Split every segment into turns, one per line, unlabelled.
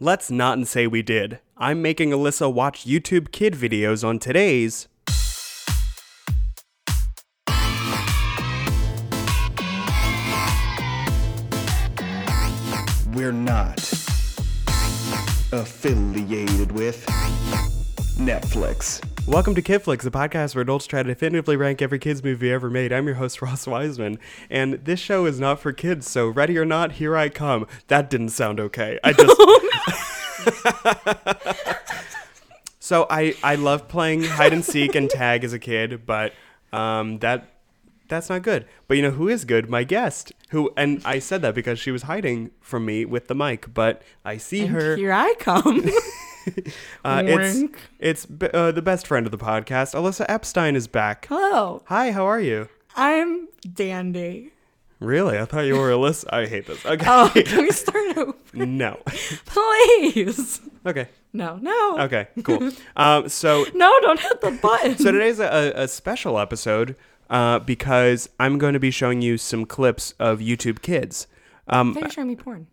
Let's not and say we did. I'm making Alyssa watch YouTube kid videos on today's.
We're not affiliated with Netflix.
Welcome to Kidflix, the podcast where adults try to definitively rank every kids movie ever made. I'm your host Ross Wiseman, and this show is not for kids. So ready or not, here I come. That didn't sound okay. I just. so I I love playing hide and seek and tag as a kid, but um that that's not good. But you know who is good? My guest, who and I said that because she was hiding from me with the mic, but I see her.
Here I come.
Uh, it's
Wink.
it's b- uh, the best friend of the podcast. Alyssa Epstein is back.
Hello.
Hi, how are you?
I'm Dandy.
Really? I thought you were Alyssa. I hate this. Okay.
Oh, can we start over?
No.
Please.
Okay.
No, no.
Okay. Cool. Um, so
No, don't hit the button.
so today's a, a special episode uh, because I'm going to be showing you some clips of YouTube Kids.
I thought you were showing me porn.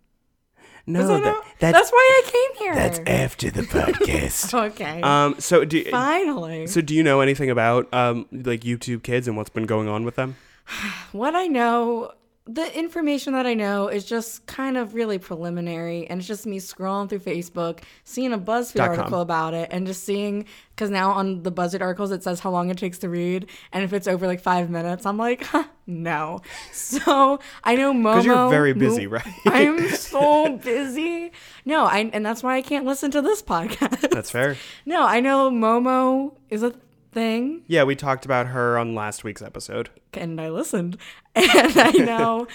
No,
Was I
that-
not-
that's
that's why I came here.
after the podcast.
okay.
um. So do
Finally.
so do you know anything about um like YouTube Kids and what's been going on with them?
what I know, the information that I know is just kind of really preliminary, and it's just me scrolling through Facebook, seeing a BuzzFeed
Dot com.
article about it, and just seeing because now on the BuzzFeed articles it says how long it takes to read, and if it's over like five minutes, I'm like, huh, no. So I know Momo.
Because you're very busy,
Mo-
right?
I'm so busy. No, I and that's why I can't listen to this podcast.
That's fair.
No, I know Momo is a thing.
Yeah, we talked about her on last week's episode.
and I listened. And I know,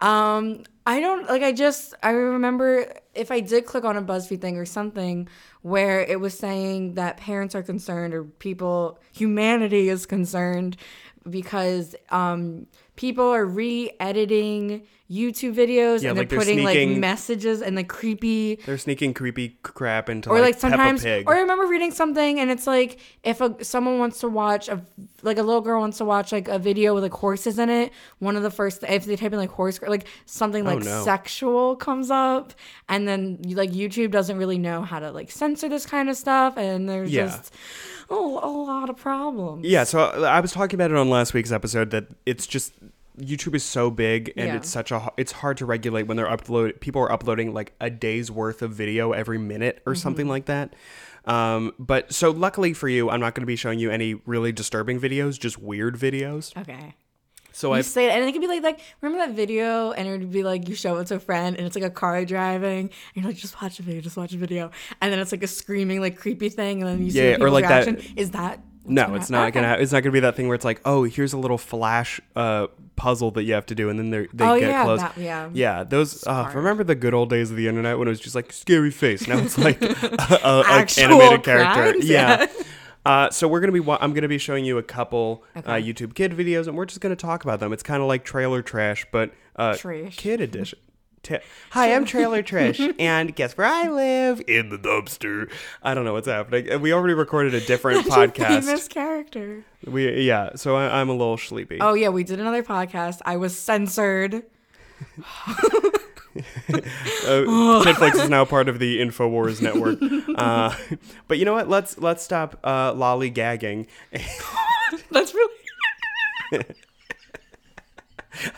um, I don't like. I just I remember if I did click on a BuzzFeed thing or something where it was saying that parents are concerned or people, humanity is concerned because um, people are re-editing YouTube videos
Yeah,
and
like they're
they're putting
sneaking-
like messages and like creepy
They're sneaking creepy c- crap into
or
like,
like, sometimes
Peppa Pig.
or I remember reading something and it's like if a someone wants to watch a like a little girl wants to watch like a video with like horses in it one of the first if they type in like horse like something like
Oh, no.
sexual comes up and then like YouTube doesn't really know how to like censor this kind of stuff and there's
Yeah.
just oh, a lot of problems
yeah, so uh, I was talking about it on last week's episode that it's just YouTube is so big and
Yeah.
it's such a h- it's hard to regulate when they're upload people are uploading like a day's worth of video every minute
Mm-hmm.
or something like that. Um, but so luckily for you, I'm not going to be showing you any really disturbing videos, just weird videos.
okay.
So
You
I
say it, and it could be like, like remember that video, and it would be like you show it to a friend, and it's like a car driving, and you're like, just watch a video, just watch a video, and then it's like a screaming, like creepy thing, and then
Yeah,
you see
or
the people's
like that-
reaction. Is that what's
No,
gonna
it's
hap-
not
Okay.
gonna. It's not gonna be that thing where it's like, oh, here's a little flash uh, puzzle that you have to do, and then they they
Oh,
get
yeah,
close.
that- yeah.
yeah. Those. Uh, remember the good old days of the internet when it was just like scary face. Now it's like a, a, an
Actual
animated character.
crimes?
Yeah. Uh, so we're gonna be. Wa- I'm gonna be showing you a couple uh, YouTube Kid videos, and we're just gonna talk about them. It's kind of like trailer trash, but uh,
Trash.
kid edition. Ta- Hi, I'm Trailer Trish, and guess where I live? In the dumpster. I don't know what's happening. And We already recorded a different
Such a
podcast.
famous character.
We yeah, so I, I'm a little sleepy.
Oh yeah, we did another podcast. I was censored.
Uh, Netflix is now part of the Infowars network. Uh, but you know what? Let's let's stop uh, lollygagging.
That's really.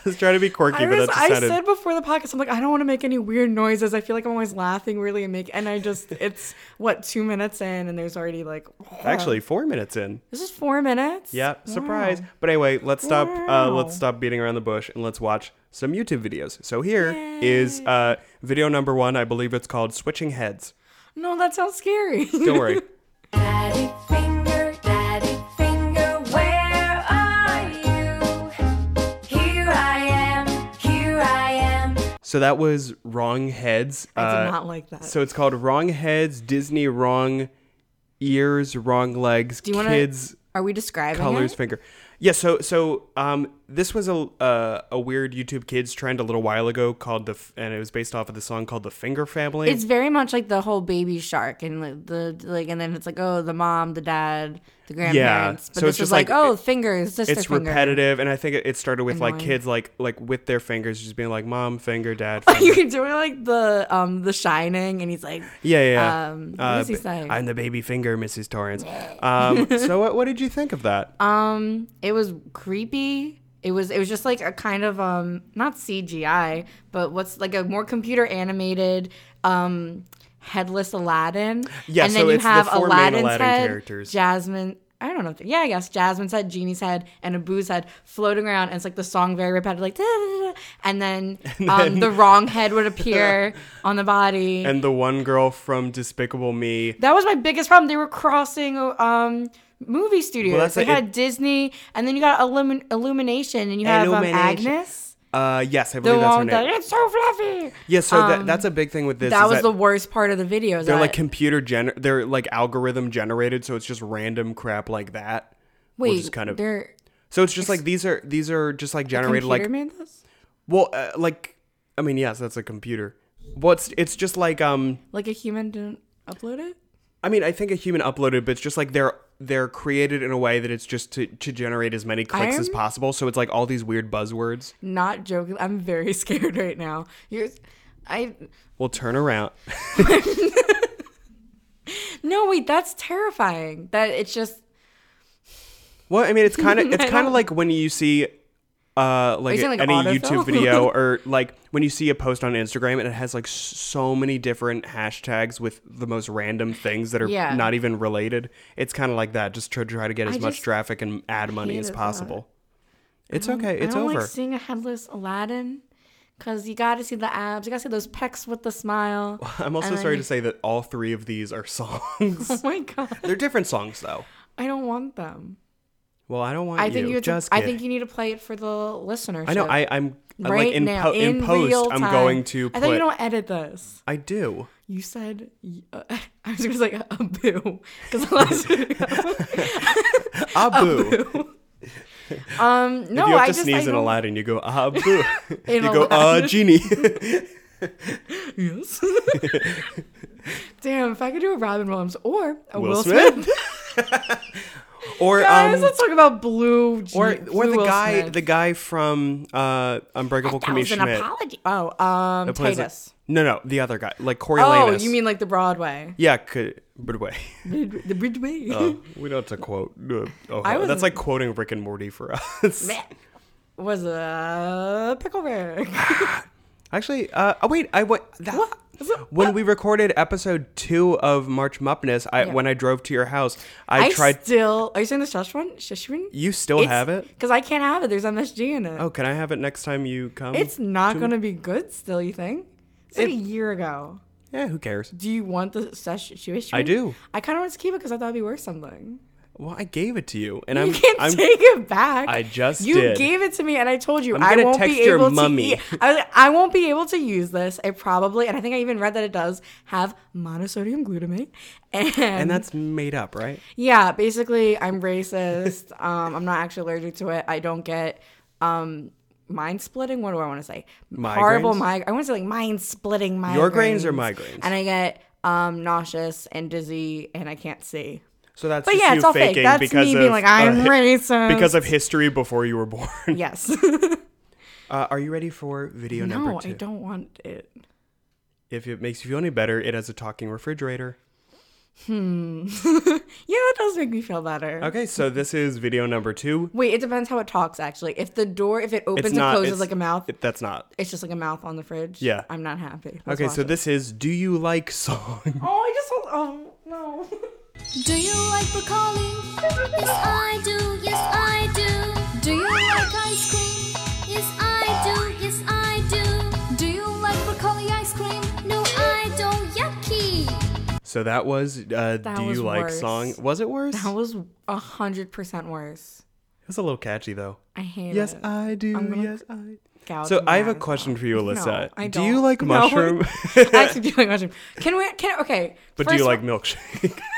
let's try to be quirky,
I,
but
was,
that just
I
sounded.
said before the podcast, I'm like, I don't want to make any weird noises. I feel like I'm always laughing really and make, and I just, it's what two minutes in, and there's already like,
Actually, four minutes in.
this is four minutes.
Yeah,
Wow.
surprise. But anyway, let's stop. Uh,
Wow.
let's stop beating around the bush and let's watch some YouTube videos. So here is uh, video number one. I believe it's called "Switching Heads."
No, that sounds scary.
Don't worry.
Daddy finger, daddy finger, where are you? Here I am, here I am.
so that was "Wrong Heads."
I
uh,
did not like that.
So it's called Wrong Heads, Disney Wrong Ears, Wrong Legs,
you wanna-
Kids
Are we describing
Colors
it?
Finger. Yeah, so so um this was a uh, a weird YouTube Kids trend a little while ago called the, F- and it was based off of the song called "The Finger Family."
It's very much like the whole baby shark and like the like, and then it's like oh the mom, the dad, the grandparents.
so
But this
it's
is
just
like,
like-
oh
it-
fingers, sister
it's
finger.
repetitive, and I think it, it started with like
Annoying.
kids like like with their fingers just being like "mom finger, dad." Finger.
Oh, You can do it like the um the Shining, and he's like
Yeah, yeah, yeah.
Um, what does he
ba-
say?
I'm the baby finger, Mrs. Torrance. Um, so what, what did you think of that?
um it was creepy. It was it was just like a kind of um not CGI, but what's like a more computer animated um headless Aladdin.
Yeah,
and
so
then you
it's the
have
four main
Aladdin's
Aladdin
head,
characters.
Jasmine. I don't know. If yeah, I guess Jasmine's head, Genie's head, and Abu's head floating around. And it's like the song very repetitive, like da, da, da, da. and then, um, the wrong head would appear on the body.
and the one girl from Despicable Me.
That was my biggest problem. They were crossing um movie studios.
Well, that's
they
it.
had Disney, and then you got Illumin- Illumination, and you have um,
Illumination.
Agnes,
Uh, yes, I
the
believe that's her
one
name.
that it's so fluffy.
yeah, so that,
Um,
that's a big thing with this.
that
is
was the worst part of the video. is
they're
that-
like computer gener they're like algorithm generated, so it's just random crap like that.
wait,
just kind of-
they're
So it's just like these are these are just like generated
computer
like
made those?
well uh, like I mean yes, that's a computer. Well, it's it's just like um
like a human didn't upload it.
I mean, I think a human uploaded, but it's just like they're they're created in a way that it's just to, to generate as many clicks as
I'm-
possible. So it's like all these weird buzzwords.
Not joking. I'm very scared right now. You're, I
We'll turn around.
no wait. That's terrifying. That it's just.
Well, I mean, it's kind of it's
I
kind of
don't-
like when you see uh like,
saying, like,
any
autofill?
YouTube video or like when you see a post on Instagram and it has like s- so many different hashtags with the most random things that are
Yeah.
not even related. It's kind of like that, just to try to get as
I
much
just
traffic and ad money as
hated that.
possible. It's okay. It's
I don't
over.
like seeing a headless Aladdin because you got to see the abs. You got to see those pecs with the smile.
I'm also
and
sorry
then-
to say that all three of these are songs.
Oh my god,
They're different songs though.
I don't want them.
Well, I don't want
I
you.
think you. have to-
just
I
kidding.
think you need to play it for the listenership.
I know. I, I'm I
right
like in,
now
po- in,
real
post. I'm
time.
going to.
I
Put,
thought you don't edit this.
I do.
You said y- uh, I was just like a boo because last
Abu.
um no
if you have
I
to
just
sneeze
I
in
don't-
Aladdin, you go Abu. you
In
go uh
Aladdin.
genie.
Yes. Damn, if I could do a Robin Williams or a Will,
Will
Smith.
Smith. or
Guys,
um.
let's talk about blue. G-
Or, or
Blue
the
Will
guy
Smith.
the guy from uh, Unbreakable Kimmy
was an
Schmidt.
apology. Oh, um,
that plays it-
Titus.
No, no, the other guy, like
Oh,
Coriolanus.
you mean like the Broadway?
yeah? Could, but wait.
The Broadway.
we don't have to quote. uh, oh,
I was-
that's like quoting Rick and Morty for us.
was a pickle rick.
Actually, uh, oh wait, I went that,
What?
when we recorded episode two of March Muppiness. I
Yeah.
when I drove to your house, I,
I
tried.
still. Are you saying the shush one? Shush one?
you still have it?
Because I can't have it. There's MSG in it.
Oh, can I have it next time you come?
It's not
to-
going to be good still, you think? It's like a year ago.
Yeah, who cares?
Do you want the shush shush
I
one?
do.
I kind of want to keep it because I thought it'd be worth something.
Well, I gave it to you, and
You
I'm
can't
I'm
take it back.
I just
you
did.
gave it to me, and I told you
I'm
I
gonna
won't
text
be
your
able
mummy.
to. e- I, was like, I won't be able to use this. I probably, and I think I even read that it does have monosodium glutamate, and,
and that's made up, right?
yeah, basically I'm racist. um, I'm not actually allergic to it. I don't get um mind splitting. What do I want to say? Horrible
Migraines?
migraine. I want to say like mind splitting migraines.
Your grains or migraines?
And I get um nauseous and dizzy, and I can't see.
So that's
But
just
yeah,
you
it's all fake.
faking
That's
because
me
of
being like, I'm
uh,
racist.
because of history before you were born.
Yes.
Uh, are you ready for video
no,
number two?
I don't want it.
If it makes you feel any better, it has a talking refrigerator.
Yeah, that does make me feel better.
Okay, so this is video number two.
Wait, it depends how it talks actually. If the door, if it opens and closes
it's-
like a mouth,
it- that's not.
it's just like a mouth on the fridge.
Yeah.
I'm not happy. Let's
Okay, so
watch it.
this is Do You Like Song?
Oh, I just. Oh no.
Do you like broccoli? Yes, I do. Yes, I do. Do you like ice cream? Yes, I do. Yes, I do. Do you like broccoli ice cream? No, I don't. Yucky.
So that was uh, Do
was
You Like
worse.
Song. Was it worse?
That was a hundred percent worse.
it was a little catchy though.
I hate
Yes,
it.
I do.
gonna
Yes, I.
Gouge
So
my
I have a
eyes
question
out.
for you,
No,
Alyssa.
I
Do you
don't.
like
No.
mushroom?
I actually do like mushroom. Can we? Can okay?
but do
first
you
of
like
all,
milkshake?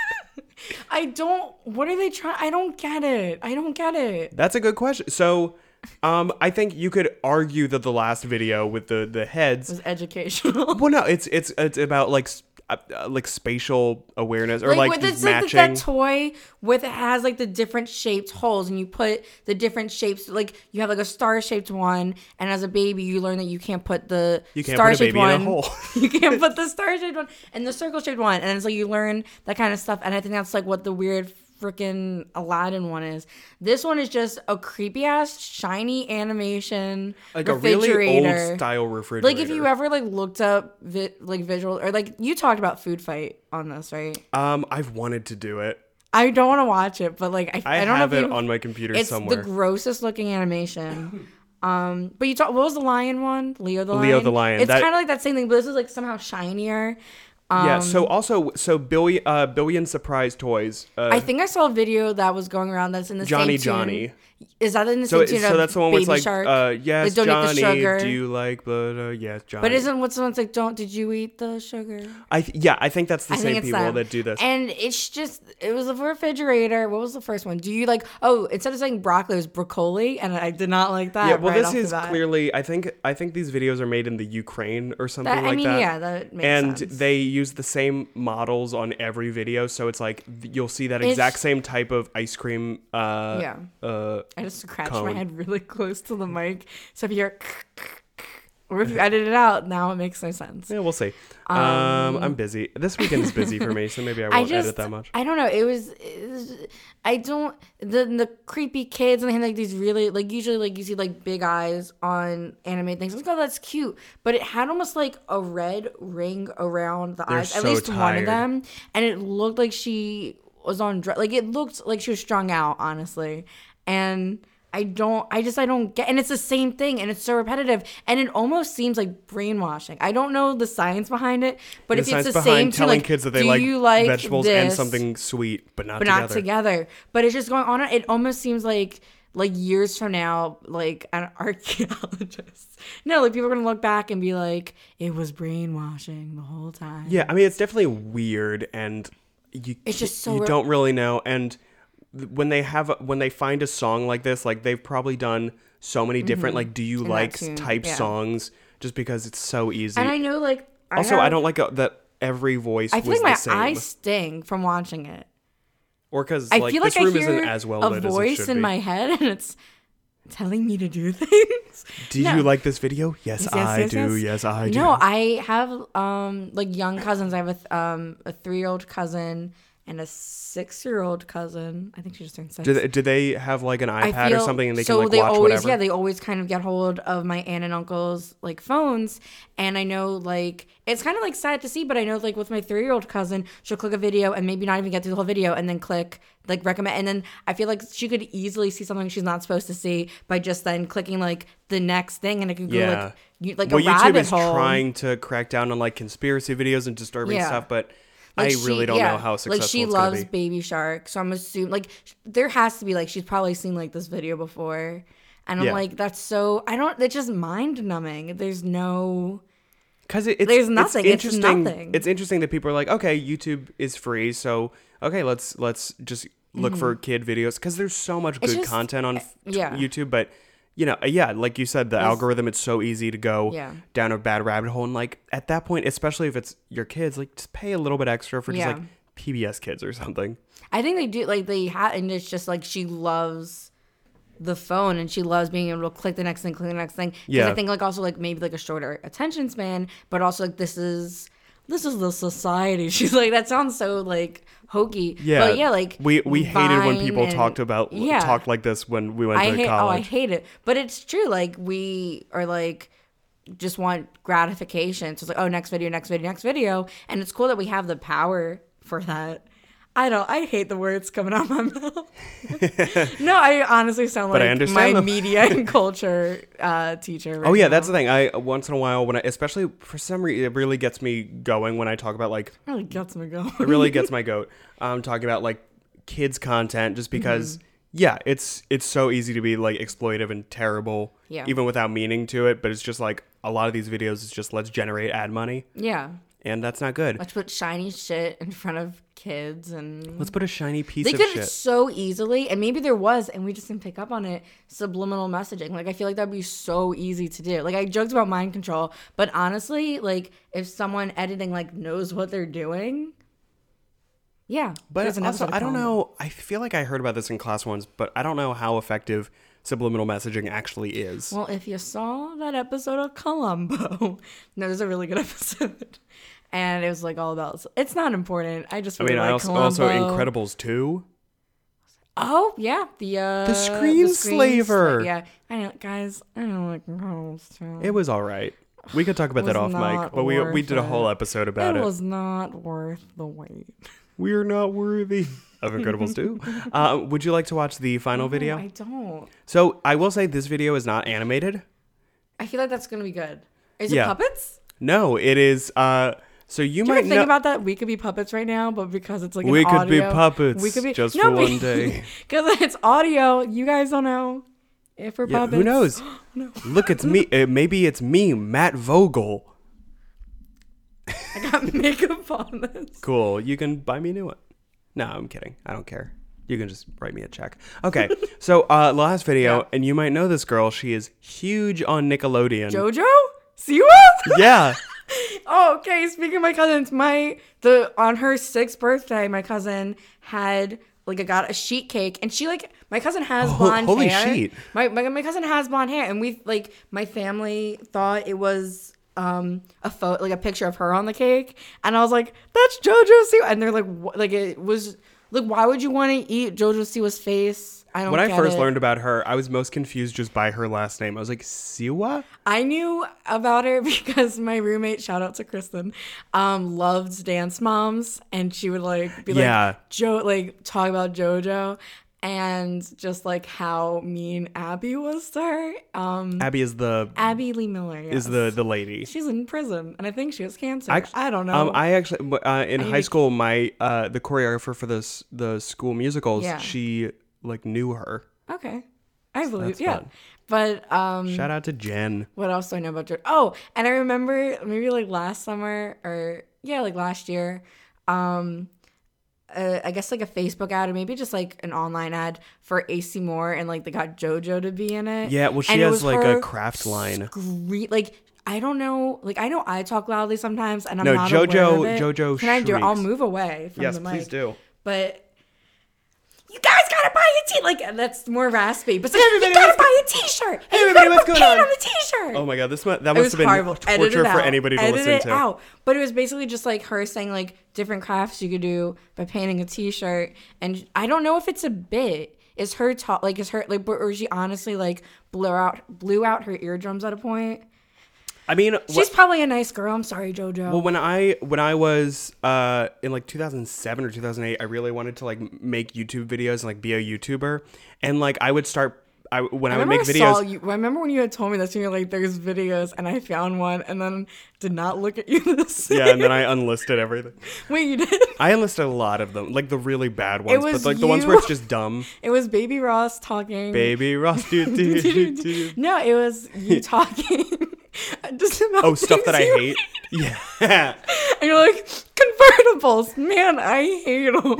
I don't. What are they trying? I don't get it. I don't get it.
That's a good question. So Um, I think you could argue that the last video with the the heads.
was educational.
well, no, it's it's it's about like s- uh, uh, like spatial awareness or like,
with it's like
matching.
that toy with it has like the different shaped holes, and you put the different shapes. Like you have like a star shaped one, and as a baby, you learn that you can't put the
You can't put a
star shaped
baby in a
one.
hole.
you can't put the star shaped one and the circle shaped one, and it's like you learn that kind of stuff. And I think that's like what the weird freaking Aladdin one is. This one is just a creepy ass shiny animation,
like a really
refrigerator.
old style refrigerator.
Like if you ever like looked up vi- like visual or like you talked about food fight on this right?
um, I've wanted to do it.
I don't want to watch it, but like I,
I,
I, don't
have
know if
it
you-
on my computer
It's
somewhere.
the grossest looking animation. Um, but you talk. What was the lion one? Leo the lion.
Leo the lion.
It's
That-
kind of like that same thing, but this is like somehow shinier.
yeah. So
Um,
also, so billion uh, billion surprise toys. Uh,
I think I saw a video that was going around that's in the
Johnny
same tune.
Johnny.
Is that in the
so
same
it-
tune?
so
of
that's the one where it's
Baby
like,
Shark?
uh, yes,
Like, don't eat the
Johnny,
sugar.
do you like blood? Uh, yes, Johnny.
but isn't what's the one that's like, don't? Did you eat the sugar?
I th- yeah, I think that's the
I think
same
it's
people
them.
that do this.
And it's just it was a refrigerator. What was the first one? Do you like oh instead of saying broccoli, it was broccoli, and I did not like that.
yeah, well,
right off
this
the
is
bat.
clearly. I think I think these videos are made in the Ukraine or something
That- I
like
mean,
that.
yeah, that makes
and
sense.
they use the same models on every video, so it's like th- you'll see that exact
It's-
same type of ice cream. Uh,
Yeah.
Uh,
I just scratched my
cone.
head really close to the mic. So if you're or if you edit it out, now it makes no sense.
yeah, we'll see. Um, I'm busy. This weekend is busy for me, so maybe I
I
won't
just
edit that much.
I don't know. It was, it was I don't the the creepy kids and they had like these really like usually like you see like big eyes on anime things. I was like, oh, that's cute, but it had almost like a red ring around the eyes. At
so
least one of
tired.
them, and it looked like she was on drug. Like it looked like she was strung out, honestly, and. I don't, I just, I don't get, and it's the same thing, and it's so repetitive, and it almost seems like brainwashing. I don't know the science behind it, but
The
if it's
science
the
behind
same, too,
telling
like,
kids that they
do
like,
you like
vegetables and
this?
something sweet, but not
but
together.
not together. But it's just going on. It almost seems like like years from now, like an archaeologist. No, like people are gonna look back and be like, it was brainwashing the whole time.
Yeah, I mean it's definitely weird, and you
It's just so
you
re-
don't really know. And th- when they have when they find a song like this, like they've probably done so many different like do you like
Mm-hmm. tune,
type
yeah.
songs just because it's so easy.
And I know, like, I
also, I
have-
don't like uh that every voice
I feel
was
like my
the same,
eyes sting from watching it.
or because
I
like
feel
this
like I
room
hear
isn't as well
a
lit as
voice
it should
in
be.
my head, and it's telling me to do things.
do
No.
you like this video? Yes,
Yes, yes,
I
yes,
do.
yes.
Yes. I do.
No, I have um like young cousins. I have a th- um a three year old cousin and a six year old cousin. I think she just turned six.
do, they, do they have like an
I
iPad or
feel-
something, and they
so
can like
they
watch
always
whatever?
yeah they always kind of get hold of my aunt and uncle's like phones and i know like it's kind of like sad to see but i know like with my three-year-old cousin she'll click a video and maybe not even get through the whole video and then click like recommend and then i feel like she could easily see something she's not supposed to see by just then clicking like the next thing and it could go
Yeah.
like you, like
well,
a
YouTube
rabbit
is
hole
trying to crack down on like conspiracy videos and disturbing
Yeah.
stuff, but
Like,
I really
she-
don't
yeah,
know how successful
like she
it's
loves
gonna be.
baby shark so i'm assuming like sh- there has to be like she's probably seen like this video before and i'm
Yeah.
like that's so i don't it's just mind numbing there's no
Because it, it's
There's
it's
nothing, it's
interesting.
nothing.
it's interesting that people are like, okay, YouTube is free, so okay, let's let's just look for kid videos because there's so much good
Mm-hmm. just- eh,
content on f-
yeah.
YouTube, but. You know, yeah, like you said, the algorithm, it's so easy to go
Yeah.
down a bad rabbit hole. And, like, at that point, especially if it's your kids, like, just pay a little bit extra for just,
Yeah.
like, PBS kids or something.
i think they do like they had and it's just like she loves the phone and she loves being able to click the next thing click the next thing 'Cause i
Yeah.
think like also like maybe like a shorter attention span but also like this is this is the society she's like that sounds so like hokey
Yeah,
but yeah like
we we hated when
Vine
people
and-
talked about
yeah.
talked like this when we went
I
to
hate. Oh, I
college.
hate it. But it's true. Like we are like just want gratification. So it's like, oh, next video, next video, next video, and it's cool that we have the power for that. I don't. I hate the words coming out my mouth. no, I honestly sound
But I
like
understand
my
them.
media and culture uh, teacher.
oh
right
yeah,
now.
that's the thing. I once in a while when I, especially for some reason, it really gets me going when I talk about like
really gets me going.
it really gets my goat. Um, talking about like kids content just because
Mm-hmm.
yeah, it's it's so easy to be like exploitive and terrible,
Yeah.
even without meaning to it. But it's just like a lot of these videos is just let's generate ad money.
yeah.
and that's not good.
Let's put shiny shit in front of kids and
Let's put a shiny piece
they
of
could
shit.
so easily and maybe there was and we just didn't pick up on it subliminal messaging like i feel like that'd be so easy to do like i joked about mind control but honestly like if someone editing like knows what they're doing yeah there's
But
an
also,
episode
I don't
called-
know. I feel like I heard about this in class once, but I don't know how effective subliminal messaging actually is.
Well, if you saw that episode of Columbo, no, there's a really good episode, and it was like all about. It's not important. I just
I
really
mean, I
like
also,
Columbo.
also Incredibles too.
Oh yeah, the uh,
screen slaver.
sla- yeah, I know, guys. I don't like Incredibles too.
It was all right. We could talk about that off
Was
mic,
not
but we we
worth
did a
it.
whole episode about it.
It was not worth the wait.
We are not worthy of Incredibles too. Uh, would you like to watch the final video?
I don't.
so I will say this video is not animated.
I feel like that's gonna be good. Is
Yeah.
it puppets?
No, it is. Uh, so you
Do you
might
ever think
know-
about that? We could be puppets right now, but because it's like an
We could be
audio-
puppets just for one day.
because it's audio. You guys don't know if we're
Yeah,
puppets.
who knows?
No.
Look, it's me. Uh, maybe it's me, Matt Vogel.
I got makeup on this.
Cool. You can buy me a new one. No, I'm kidding. I don't care. You can just write me a check. Okay. so uh last video,
Yeah.
and you might know this girl. She is huge on Nickelodeon.
Jojo, Siwa.
Yeah.
Oh, okay. Speaking of my cousins, my the on her sixth birthday, my cousin had like I got a sheet cake, and she like my cousin has
Oh,
blonde
holy
hair.
sheet.
My, my my cousin has blonde hair, and we like my family thought it was um a photo like a picture of her on the cake, and I was like, that's JoJo Siwa, and they're like, what? like it was like why would you want to eat JoJo Siwa's face? I don't.
When I
get
first
it.
learned about her, I was most confused just by her last name. I was like, Siwa?
I knew about her because my roommate, shout out to Kristen, um, loved Dance Moms, and she would like be
Yeah.
like Joe, like talk about JoJo, and just like how mean Abby was to her. Um,
Abby is the
Abby Lee Miller yes.
is the the lady.
she's in prison, and I think she has cancer.
Act-
I don't know.
Um, I actually uh, in high
to-
school, my uh, the choreographer for the s- the school musicals,
Yeah.
she like knew her.
okay, I believe
that's
yeah,
fun.
but um,
Shout out to Jen.
what else do I know about Jordan? Oh, and I remember maybe like last summer or yeah, like last year. Um, uh, I guess like a Facebook ad or maybe just like an online ad for AC Moore and like they got JoJo to be in it.
Yeah, well, she
And it
has,
was
like, a
her
craft line.
scree- like I don't know. Like I know I talk loudly sometimes, and I'm
No,
not
JoJo-
aware of it.
JoJo
Can I do? it? I'll
shrieks.
move away from the mic.
do.
But. You guys gotta buy a t like that's more raspy. But it's like, you gotta buy a t-shirt. Hey,
everybody, what's going
on?
on?
on the t-shirt.
Oh my god, this mu- that
It
must
was
have been
horrible. Edit
torture
it
for
out.
anybody to
Edit
listen
it
to.
out. But it was basically just like her saying like different crafts you could do by painting a T-shirt, and I don't know if it's a bit. Is her talk like is her like or or she honestly like blew out blew out her eardrums at a point?
I mean,
She's
wh-
probably a nice girl. I'm sorry, JoJo.
well, when I when I was uh, in like 2007 or 2008, I really wanted to like m- make YouTube videos and like be a YouTuber, and like I would start. I, when I, would make
remember
videos,
saw you. I remember when you had told me this, and you're like, "There's videos," and I found one, and then did not look at you. This
yeah, and then I unlisted everything.
wait, you did.
I enlisted a lot of them, like the really bad ones, but
was
like the ones where
you.
it's just dumb.
It was Baby Ross talking.
Baby Ross, do, do, do, do.
no, it was you talking just about
oh stuff that I
things you-
hate. Yeah.
And you're like convertibles, man, I hate them.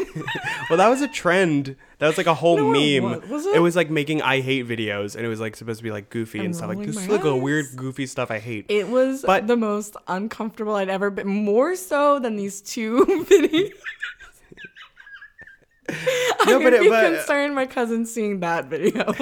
Well, that was a trend. That was like a whole
No, it
meme.
wa- was it?
was like making I hate videos, and it was like supposed to be like goofy and stuff. Like
rolling
this is
my
like a
eyes.
weird goofy stuff I hate.
It was
But-
the most uncomfortable I'd ever been, more so than these two videos.
no,
I
but
would
it,
be
but,
concerned my cousin seeing that video.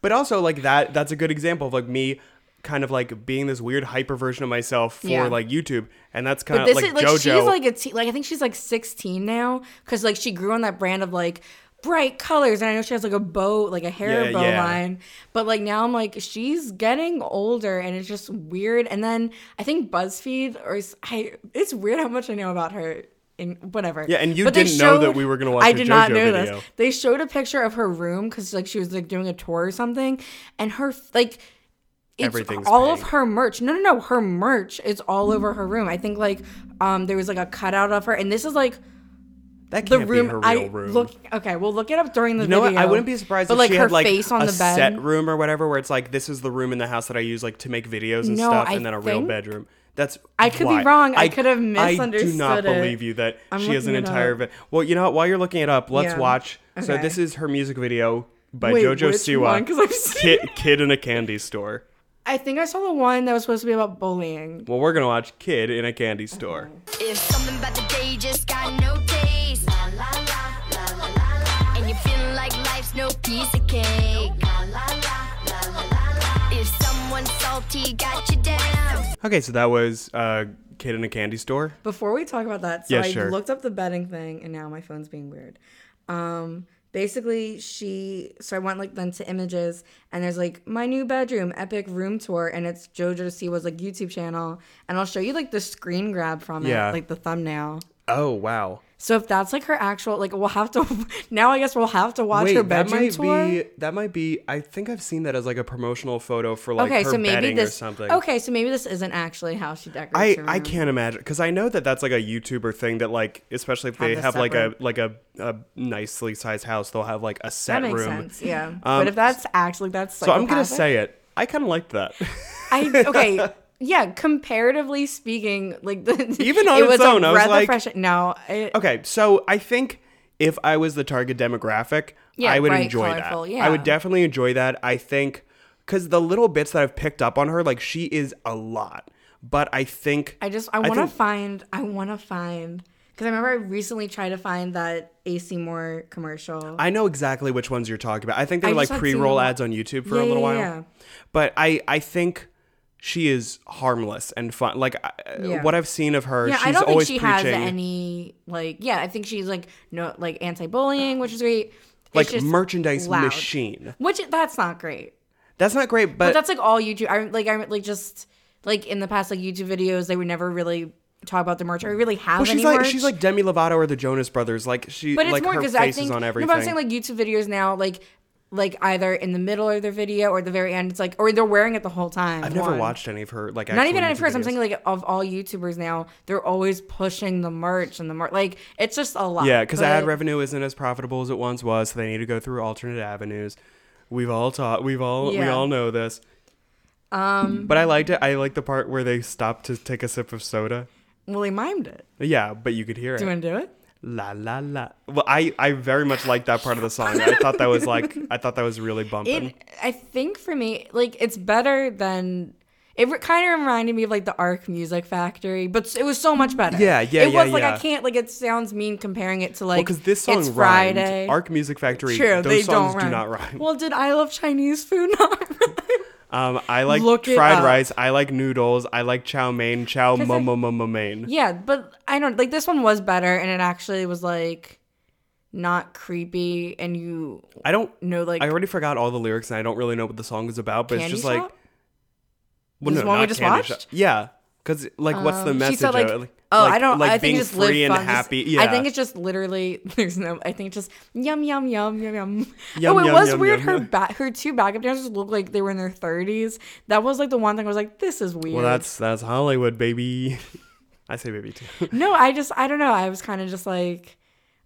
but also like that. That's a good example of like me kind of like being this weird hyper version of myself for
Yeah.
like YouTube, and that's kind
but
of
this
like,
is like
JoJo.
she's like a te- like I think she's like 16 now because like she grew on that brand of like bright colors and I know she has like a bow like a hair
Yeah,
bow
yeah.
line but like now I'm like she's getting older and it's just weird and then I think BuzzFeed or s- I it's weird how much I know about her. In, whatever.
Yeah, and you
they
didn't know that we were gonna watch
I
a
did not
JoJo
know
video.
this. They showed a picture of her room because like she was like doing a tour or something, and her f- like it's
Everything's
all of
pink.
her merch. No, no, no. Her merch is all over her room. I think like um there was like a cutout of her, and this is like
that
the
can't
room.
be her real
I
room.
look okay. We'll look it up during the
You know
video.
what? I wouldn't be surprised
But
if
like
she
her
had like
face on
a
the bed.
set room or whatever, where it's like this is the room in the house that I use like to make videos and
No,
stuff,
I
and then a real
think-
bedroom. That's
I could be
why.
wrong. I could have
I do not
misunderstood it.
believe you that
I'm
she has an
looking it
entire.
up.
Vi- well, you know what? While you're looking it up, let's
Yeah.
watch. So
Okay.
this is her music video by
Wait,
JoJo
which one? 'Cause
Siwa.
I've seen
Kid, kid in a candy store.
I think I saw the one that was supposed to be about bullying.
Well, we're gonna watch Kid in a Candy Store.
If something about the day just got no taste, la la la la la la la, and you're feeling like life's no piece of cake, la la la la la la la. If someone salty got you down,
Okay, so that was uh, Kid in a Candy Store.
Before we talk about that, so
Yeah,
I
sure.
looked up the betting thing, and now my phone's being weird. Um, basically, she so I went like then to images, and there's like my new bedroom epic room tour, and it's JoJo Siwa's like YouTube channel, and I'll show you like the screen grab from
Yeah.
it, like the thumbnail.
Oh wow!
So if that's like her actual, like we'll have to now. I guess we'll have to watch her
that
bedroom
might
tour.
be that might be. I think I've seen that as like a promotional photo for like
okay,
her
so maybe
bedding
this.
or something.
Okay, so maybe this isn't actually how she decorates
I,
her
I
room.
can't imagine because I know that that's like a YouTuber thing that like especially if they
the
have like a
separate-
like a, a nicely sized house they'll have like a set
That makes
room. Um,
sense. Yeah, but if that's actually that's
So I'm gonna
psychopathic.
say it. I kind of liked that.
I okay. Yeah, comparatively speaking, like the,
Even on
it was
its own,
a
I was
breath
like-
of fresh air. No, it,
okay, so I think if I was the target demographic,
Yeah,
I would
bright,
enjoy
colorful,
that. I would
yeah.
definitely enjoy that. I think because the little bits that I've picked up on her, like she is a lot. But I think
I just I want to
think-
find. I want to find because I remember I recently tried to find that AC Moore commercial.
I know exactly which ones you're talking about. I think they
I
were like
just had seen
pre-roll
them.
ads on YouTube for a
Yeah,
little
yeah,
while.
yeah.
But I I think she is harmless and fun. Like I
Yeah.
what I've seen of her,
yeah,
she's
I don't think
always
she has
preaching
any like. Yeah, I think she's like no like anti-bullying, which is great. It's
like
just
merchandise
loud.
machine.
which that's not great.
That's not great, but,
But that's like all YouTube. I like I like just like in the past like YouTube videos they would never really talk about the merch. I really have
well,
any
she's like
merch.
she's like Demi Lovato or the Jonas Brothers. Like she
but it's
like
more
her
because
face
I think
is on
no, but
everything.
I'm saying like YouTube videos now like like either in the middle of their video or the very end. It's like or they're wearing it the whole time.
I've never
One.
watched any of her like
Not
actual
even any
YouTube
first. I'm
videos.
saying like of all YouTubers now, they're always pushing the merch and the merch. Like it's just a lot.
Yeah, because ad
but-
revenue isn't as profitable as it once was, so they need to go through alternate avenues. We've all taught, we've all, we
Yeah.
all know this. Um, but I liked it. I liked the part where they stopped to take a sip of soda.
Well, he mimed it.
Yeah, but you could hear
Do you
it.
want to do it?
La la la. Well, I I very much liked that part of the song. I thought that was like, I thought that was really bumping.
It. I think for me, like it's better than. It kind of reminded me of like the Arc Music Factory, but s- it was so much better.
Yeah, yeah,
It
yeah,
was like
yeah.
I can't like it sounds mean comparing it to like
because this song
it's
rhymed.
Friday.
Arc Music Factory.
True,
those
they
songs
don't
do
rhyme.
not rhyme.
Well, did I love Chinese food not rhyme?
Um, I like
Look it
fried
up.
rice. I like noodles. I like chow mein. Chow mo mo mo mo mein.
Yeah, but I don't like this one was better, and it actually was like not creepy, and you
I don't
know like
I already forgot all the lyrics and I don't really know what the song is about, but
Candy
it's just
Shop?
like well,
This one we just
Candy
watched?
Shop. Yeah, because like, what's the
Um,
message?
She said, like,
of it?
oh,
Like-
I don't.
like
I think
being
just
free
live
and
fun. Just-
happy. Yeah,
I think it's just literally. There's no. I think it's just yum yum yum yum yum.
Yum,
oh, it
yum,
was
yum,
weird.
yum,
her
yum.
ba- her two backup dancers looked like they were in their 30s. That was like the one thing I was like, this is weird.
well, that's that's Hollywood, baby. I say baby too.
no. I just I don't know. I was kind of just like.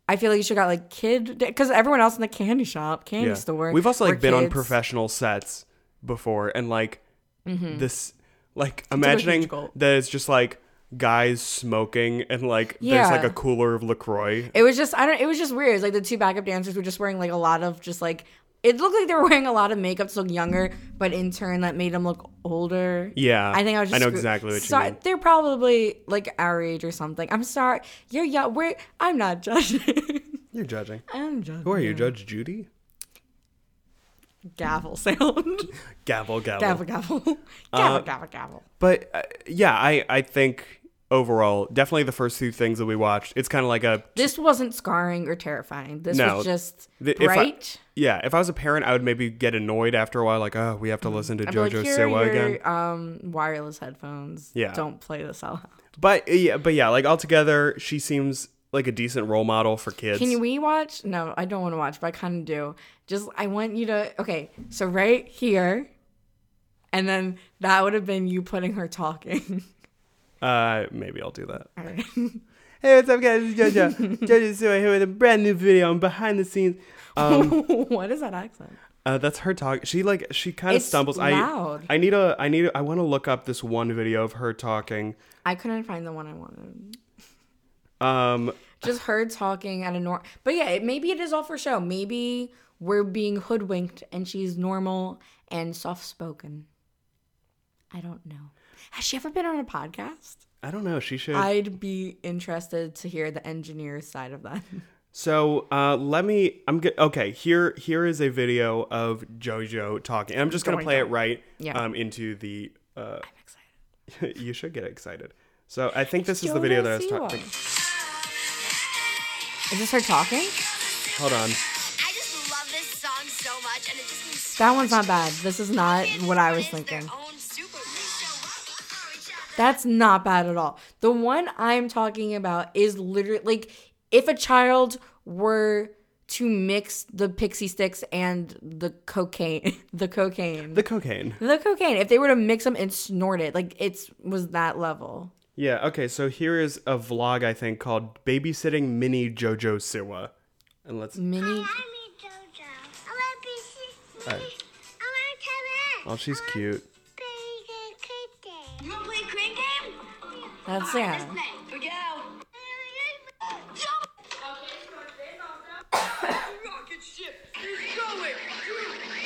I feel like you should got like kid because everyone else in the candy shop, candy
yeah.
store.
We've also
were
like been on
kids.
professional sets before, and like
Mm-hmm.
this, like imagining
gulp.
that it's just like guys smoking and like there's like
Yeah.
a cooler of Lacroix.
It was just I don't. It was just weird. It was like the two backup dancers were just wearing like a lot of just like it looked like they were wearing a lot of makeup to look younger, but in turn that made them look older.
Yeah.
I think I
I
was. Just
know
screw-
exactly what you
sorry,
mean.
They're probably like our age or something. I'm sorry. You're young. We're. I'm not judging.
You're judging.
I'm judging.
Who are you, Judge Judy?
Gavel sound.
Gavel, gavel. Uh,
gavel gavel. Gavel gavel gavel.
But uh, yeah, I I think overall, definitely the first two things that we watched, it's kind of like a
This wasn't scarring or terrifying. This
No.
was just
The- if I-
bright.
yeah. If I was a parent, I would maybe get annoyed after a while, like oh, we have to listen to
Mm. I'd be
JoJo
like, here are
Siwa
your
again.
um, wireless headphones.
Yeah.
Don't play this out loud.
But uh, yeah, but yeah, like altogether, she seems like a decent role model for kids.
Can we watch? No, I don't want to watch, but I kind of do. Just I want you to okay. So right here, and then that would have been you putting her talking.
Uh, maybe I'll do that.
All right.
Hey, what's up, guys? It's JoJo JoJo Siwa here with a brand new video on behind the scenes.
what is that accent?
Uh, that's her talk. She like she kind of
It's
stumbles.
loud.
I I need a I need a, I want to look up this one video of her talking.
I couldn't find the one I wanted.
Um,
Just her talking at a normal. But yeah, it, maybe it is all for show. Maybe we're being hoodwinked and she's normal and soft spoken. I don't know. Has she ever been on a podcast?
I don't know. She should.
I'd be interested to hear the engineer side of that.
so uh, let me. I'm good. Okay. Here here is a video of JoJo talking. And I'm just gonna play it right.
Yeah.
Um, into the. Uh,
excited.
you should get excited. So I think this is the video that I was
Jonas
talking.
Siwa. Is this her talking?
Hold on.
I just love this song so much, and it just means so
That one's
much
not bad. This is not
to me.
what I was
Everyone is
thinking.
Their own superhero.
That's not bad at all. The one I'm talking about is literally like if a child were to mix the pixie sticks and the cocaine, the cocaine,
The
the,
cocaine.
cocaine, if they were to mix them and snort it, like it's was that level.
Yeah, okay, so here is a vlog I think called Babysitting Mini JoJo Siwa. And let's
Mini,
Oh, she's cute.
You wanna play a crane game?
that's yeah.
Here we go. Jump! Rocket ship, keep going.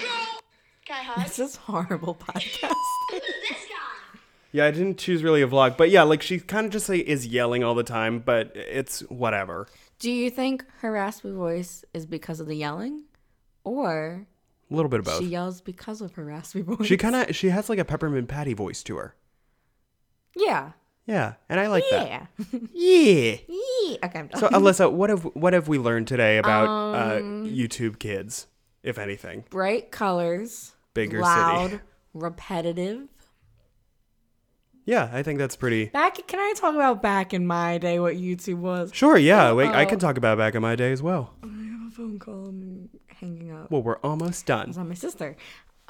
Go! Guy hug.
This is horrible podcast.
this guy.
Yeah, I didn't choose really a vlog, but yeah, like she kind of just like is yelling all the time, but it's whatever.
Do you think her raspy voice is because of the yelling, or
A little bit of both.
she
She,
yells because of her raspy voice?
kind of she has like a peppermint patty voice to her.
yeah,
Yeah, and I like that.
yeah,
Yeah.
yeah. Okay, I'm done.
So Alyssa, what have what have we learned today about uh,
Um,
YouTube kids, if anything?
bright colors,
Bigger city.
loud, repetitive.
Yeah, I think that's pretty.
Back, can I talk about back in my day what YouTube was?
Sure, yeah. Wait, I can
uh,
talk about back in my day as well.
A phone call and hanging up.
Well, we're almost done.
It's on my sister.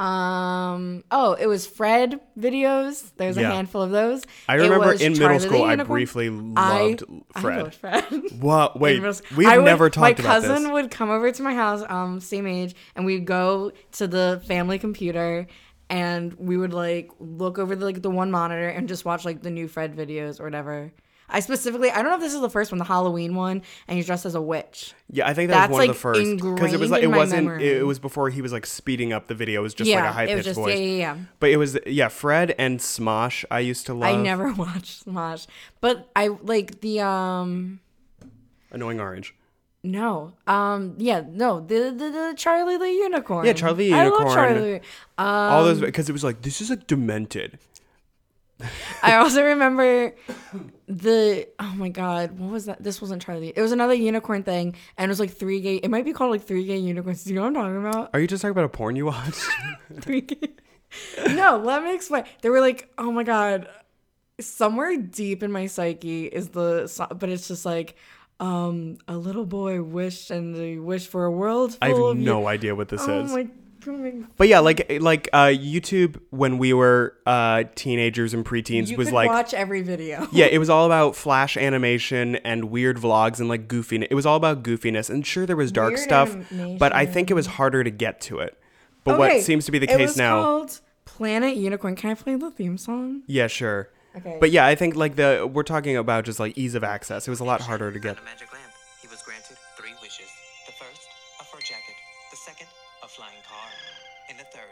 Um. Oh, it was Fred videos. There's
Yeah.
a handful of those.
I
It
remember
was
in
Charlie
middle
the
school, I
Unicorn.
briefly
I-
loved
I
Fred.
loved Fred.
What? Wait,
in middle school.
we've
I would-
never talked
my
about
cousin
this.
would come over to my house, um, same age, and we'd go to the family computer, and we would like look over the, like the one monitor and just watch like the new Fred videos or whatever. I specifically, I don't know if this is the first one, the Halloween one, and he's dressed as a witch.
yeah, I think that
That's,
was one of
like,
the first it was
ingrained
like it
in my
wasn't.
memory.
It, it was before he was like speeding up the video. It was just like
Yeah,
a high
it was
pitched
just-
voice.
yeah, yeah, yeah.
But it was yeah, Fred and Smosh. I used to love
I never watched Smosh, but I like the um.
annoying orange.
No. Um. Yeah. No. The the, the Charlie the Unicorn.
Yeah, Charlie the
I love
Unicorn.
Charlie. Um,
All those because it was like this is like demented.
I also remember the oh my god, what was that? This wasn't Charlie. It was another unicorn thing, and it was like three gay. It might be called like three gay unicorns. Do you know what I'm talking about?
Are you just talking about a porn you watched?
Three gay. no, let me explain. They were like, oh my god, somewhere deep in my psyche is the, so- but it's just like. Um, a little boy wished and they wished for a world full
I have
of
no
you.
idea what this
Oh
is.
my, oh my
But yeah, like like uh, YouTube when we were uh, teenagers and preteens
You
was
could
like
watch every video.
yeah, it was all about flash animation and weird vlogs and like goofiness. It was all about goofiness, and sure there was dark
Weird
stuff, but I
animation.
think it was harder to get to it. But
Okay,
what seems to be the
it
case
was
now?
Called Planet Unicorn. Can I play the theme song?
yeah, sure.
Okay.
But yeah, I think like the we're talking about just like ease of access. It was a lot harder to get.
found a magic lamp. He was granted three wishes. The first, a fur jacket. The second, a flying car. And the third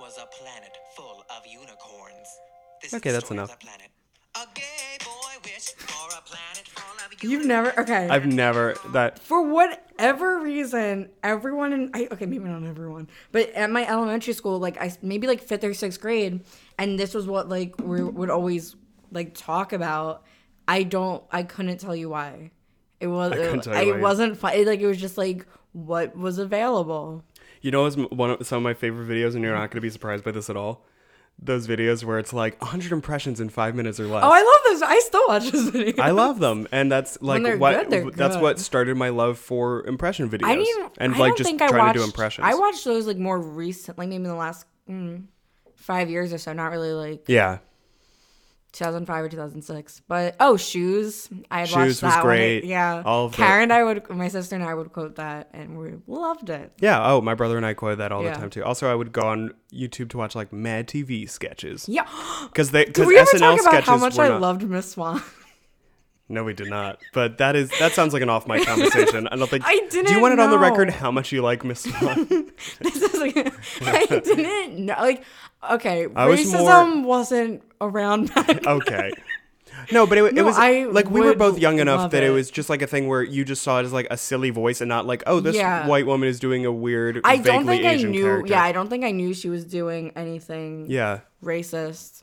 was a planet full of unicorns. This
Okay,
is the
that's
story of
enough.
that planet. A gay boy wished for a planet full of
You've never okay.
I've never that
For whatever reason, everyone in I, okay, maybe not everyone, but at my elementary school, like I maybe like fifth or sixth grade, and this was what like we would always like talk about. I don't. I couldn't tell you why. It was.
couldn't
It,
tell you why.
it wasn't fun. It, like it was just like what was available.
you know is m- one of some of my favorite videos, and you're
Mm-hmm.
not gonna be surprised by this at all. Those videos where it's like 100 impressions in five minutes or less.
Oh, I love this. I still watch this video.
I love them, and that's like
they're
what
good, they're
that's
good.
what started my love for impression videos.
I didn't.
and
I
like
don't
just
think I
trying
watched,
to do impressions.
I watched those like more hmm, recently, maybe in the last mm, five years or so. Not really like
yeah,
2005 or 2006. But oh, Shoes. I had
Shoes
watched
was
that one.
great.
Yeah.
All of the-
Karen and I would, my sister and I would quote that and we loved it.
Yeah. Oh, my brother and I quote that all
Yeah.
the time too. Also, I would go on YouTube to watch like Mad TV sketches.
Yeah.
Because they
Did
because
we ever
SNL
talk about
sketches
how much
were
I
not-
loved Miss Swan?
No, we did not. But that is that sounds like an off mic conversation. I don't think.
I
Do you
didn't
want it on the
know.
record how much you like Miss Swan?
this is like, I didn't know. Like, okay,
I was
racism
more-
wasn't around back then.
okay. No, but it, it
No,
was
I
like we were
would
both young enough
love
that it.
it.
was just like a thing where you just saw it as like a silly voice and not like, oh, this
Yeah.
white woman is doing a weird,
I
vaguely
don't think
Asian
I knew.
character.
Yeah, I don't think I knew she was doing anything
yeah.
racist.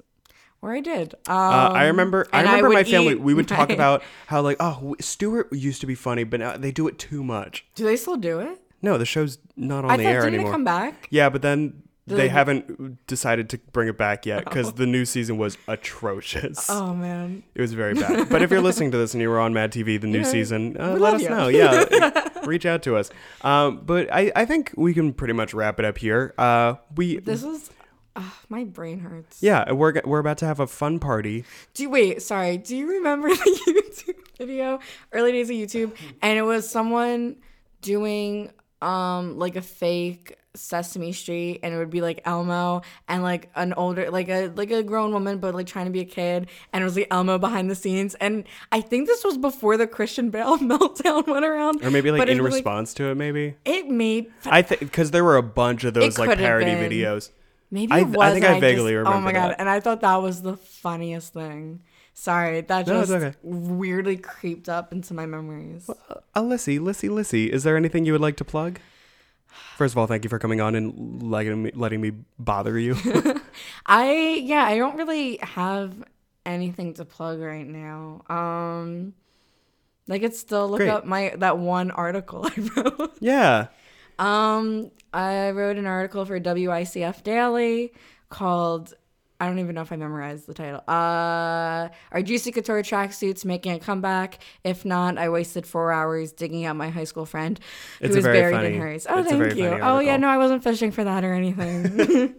Or I did. Um,
Uh, I remember. I
and
remember
would
my family.
eat
We would talk
my-
about how like, oh, w- Stewart used to be funny, but now they do it too much.
Do they still do it?
No, the show's not on
I
the
thought
air
didn't
anymore.
it come back?
Yeah, but then they
they-
haven't decided to bring it back yet because the new season was atrocious.
Oh man,
It was very bad. But if you're listening to this and you were on Mad TV, the new season, uh, let
love
us
you.
know. Yeah, reach out to us. Um, but I, I think we can pretty much wrap it up here. Uh, we.
this was. Uh, my brain hurts.
yeah, we're, g- we're about to have a fun party.
Do you, wait, sorry. Do you remember the YouTube video, early days of YouTube, and it was someone doing um like a fake Sesame Street, and it would be like Elmo and like an older, like a like a grown woman, but like trying to be a kid, and it was like Elmo behind the scenes, and I think this was before the Christian Bale meltdown went around,
Or maybe like
but it
in
was,
response to it, maybe.
it made
I think because there were a bunch of those like
could've
parody
been.
videos.
maybe
I- I
it was.
think
and
I vaguely
just- Oh
remember
my god!
that.
And I thought that was the funniest thing. Sorry, that
No, it's
just
okay.
weirdly creeped up into my memories.
Uh, Lissy, Lissy, Lissy, is there anything you would like to plug? First of all, thank you for coming on and letting me, letting me bother you.
I yeah, I don't really have anything to plug right now. Um like it's still look
Great.
up my that one article I wrote.
yeah.
Um I wrote an article for WICF Daily called I don't even know if I memorized the title. Uh Are Juicy Couture tracksuits making a comeback? If not, I wasted four hours digging out my high school friend who
It's a
was
very
buried
funny-
in hers. Oh,
it's a very
thank you.
funny
Oh yeah,
article.
no, I wasn't fishing for that or anything.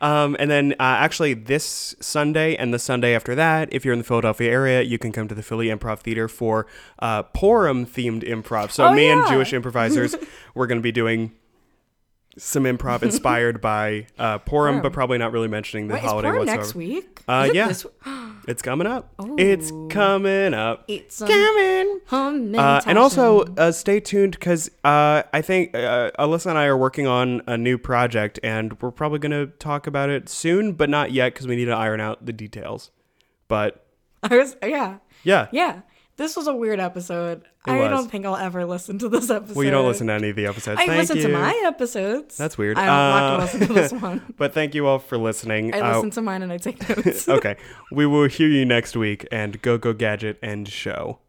Um, and then uh, actually, this Sunday and the Sunday after that, if you're in the Philadelphia area, you can come to the Philly Improv Theater for uh, Purim themed improv. So,
Oh,
me and
yeah.
Jewish improvisers, we're going to be doing some improv inspired by uh, Purim, but probably not really mentioning the
Wait, is
holiday
Purim
whatsoever.
next week?
Uh,
Is it
yeah.
this w-
It's coming up. It's coming up.
It's um,
coming.
Hum
Uh, and also, uh, stay tuned because uh, I think uh, Alyssa and I are working on a new project, and we're probably going to talk about it soon, but not yet because we need to iron out the details. But
I was yeah,
yeah,
yeah. This was a weird episode. I
was.
don't think I'll ever listen to this episode.
Well, you don't listen to any of the episodes.
I
Thank
listen to
you.
my episodes.
That's weird.
I'm not
Uh,
gonna listen to this one.
But thank you all for listening.
I
Uh,
listen to mine and I take notes.
okay, we will hear you next week. And go, go, gadget, and show.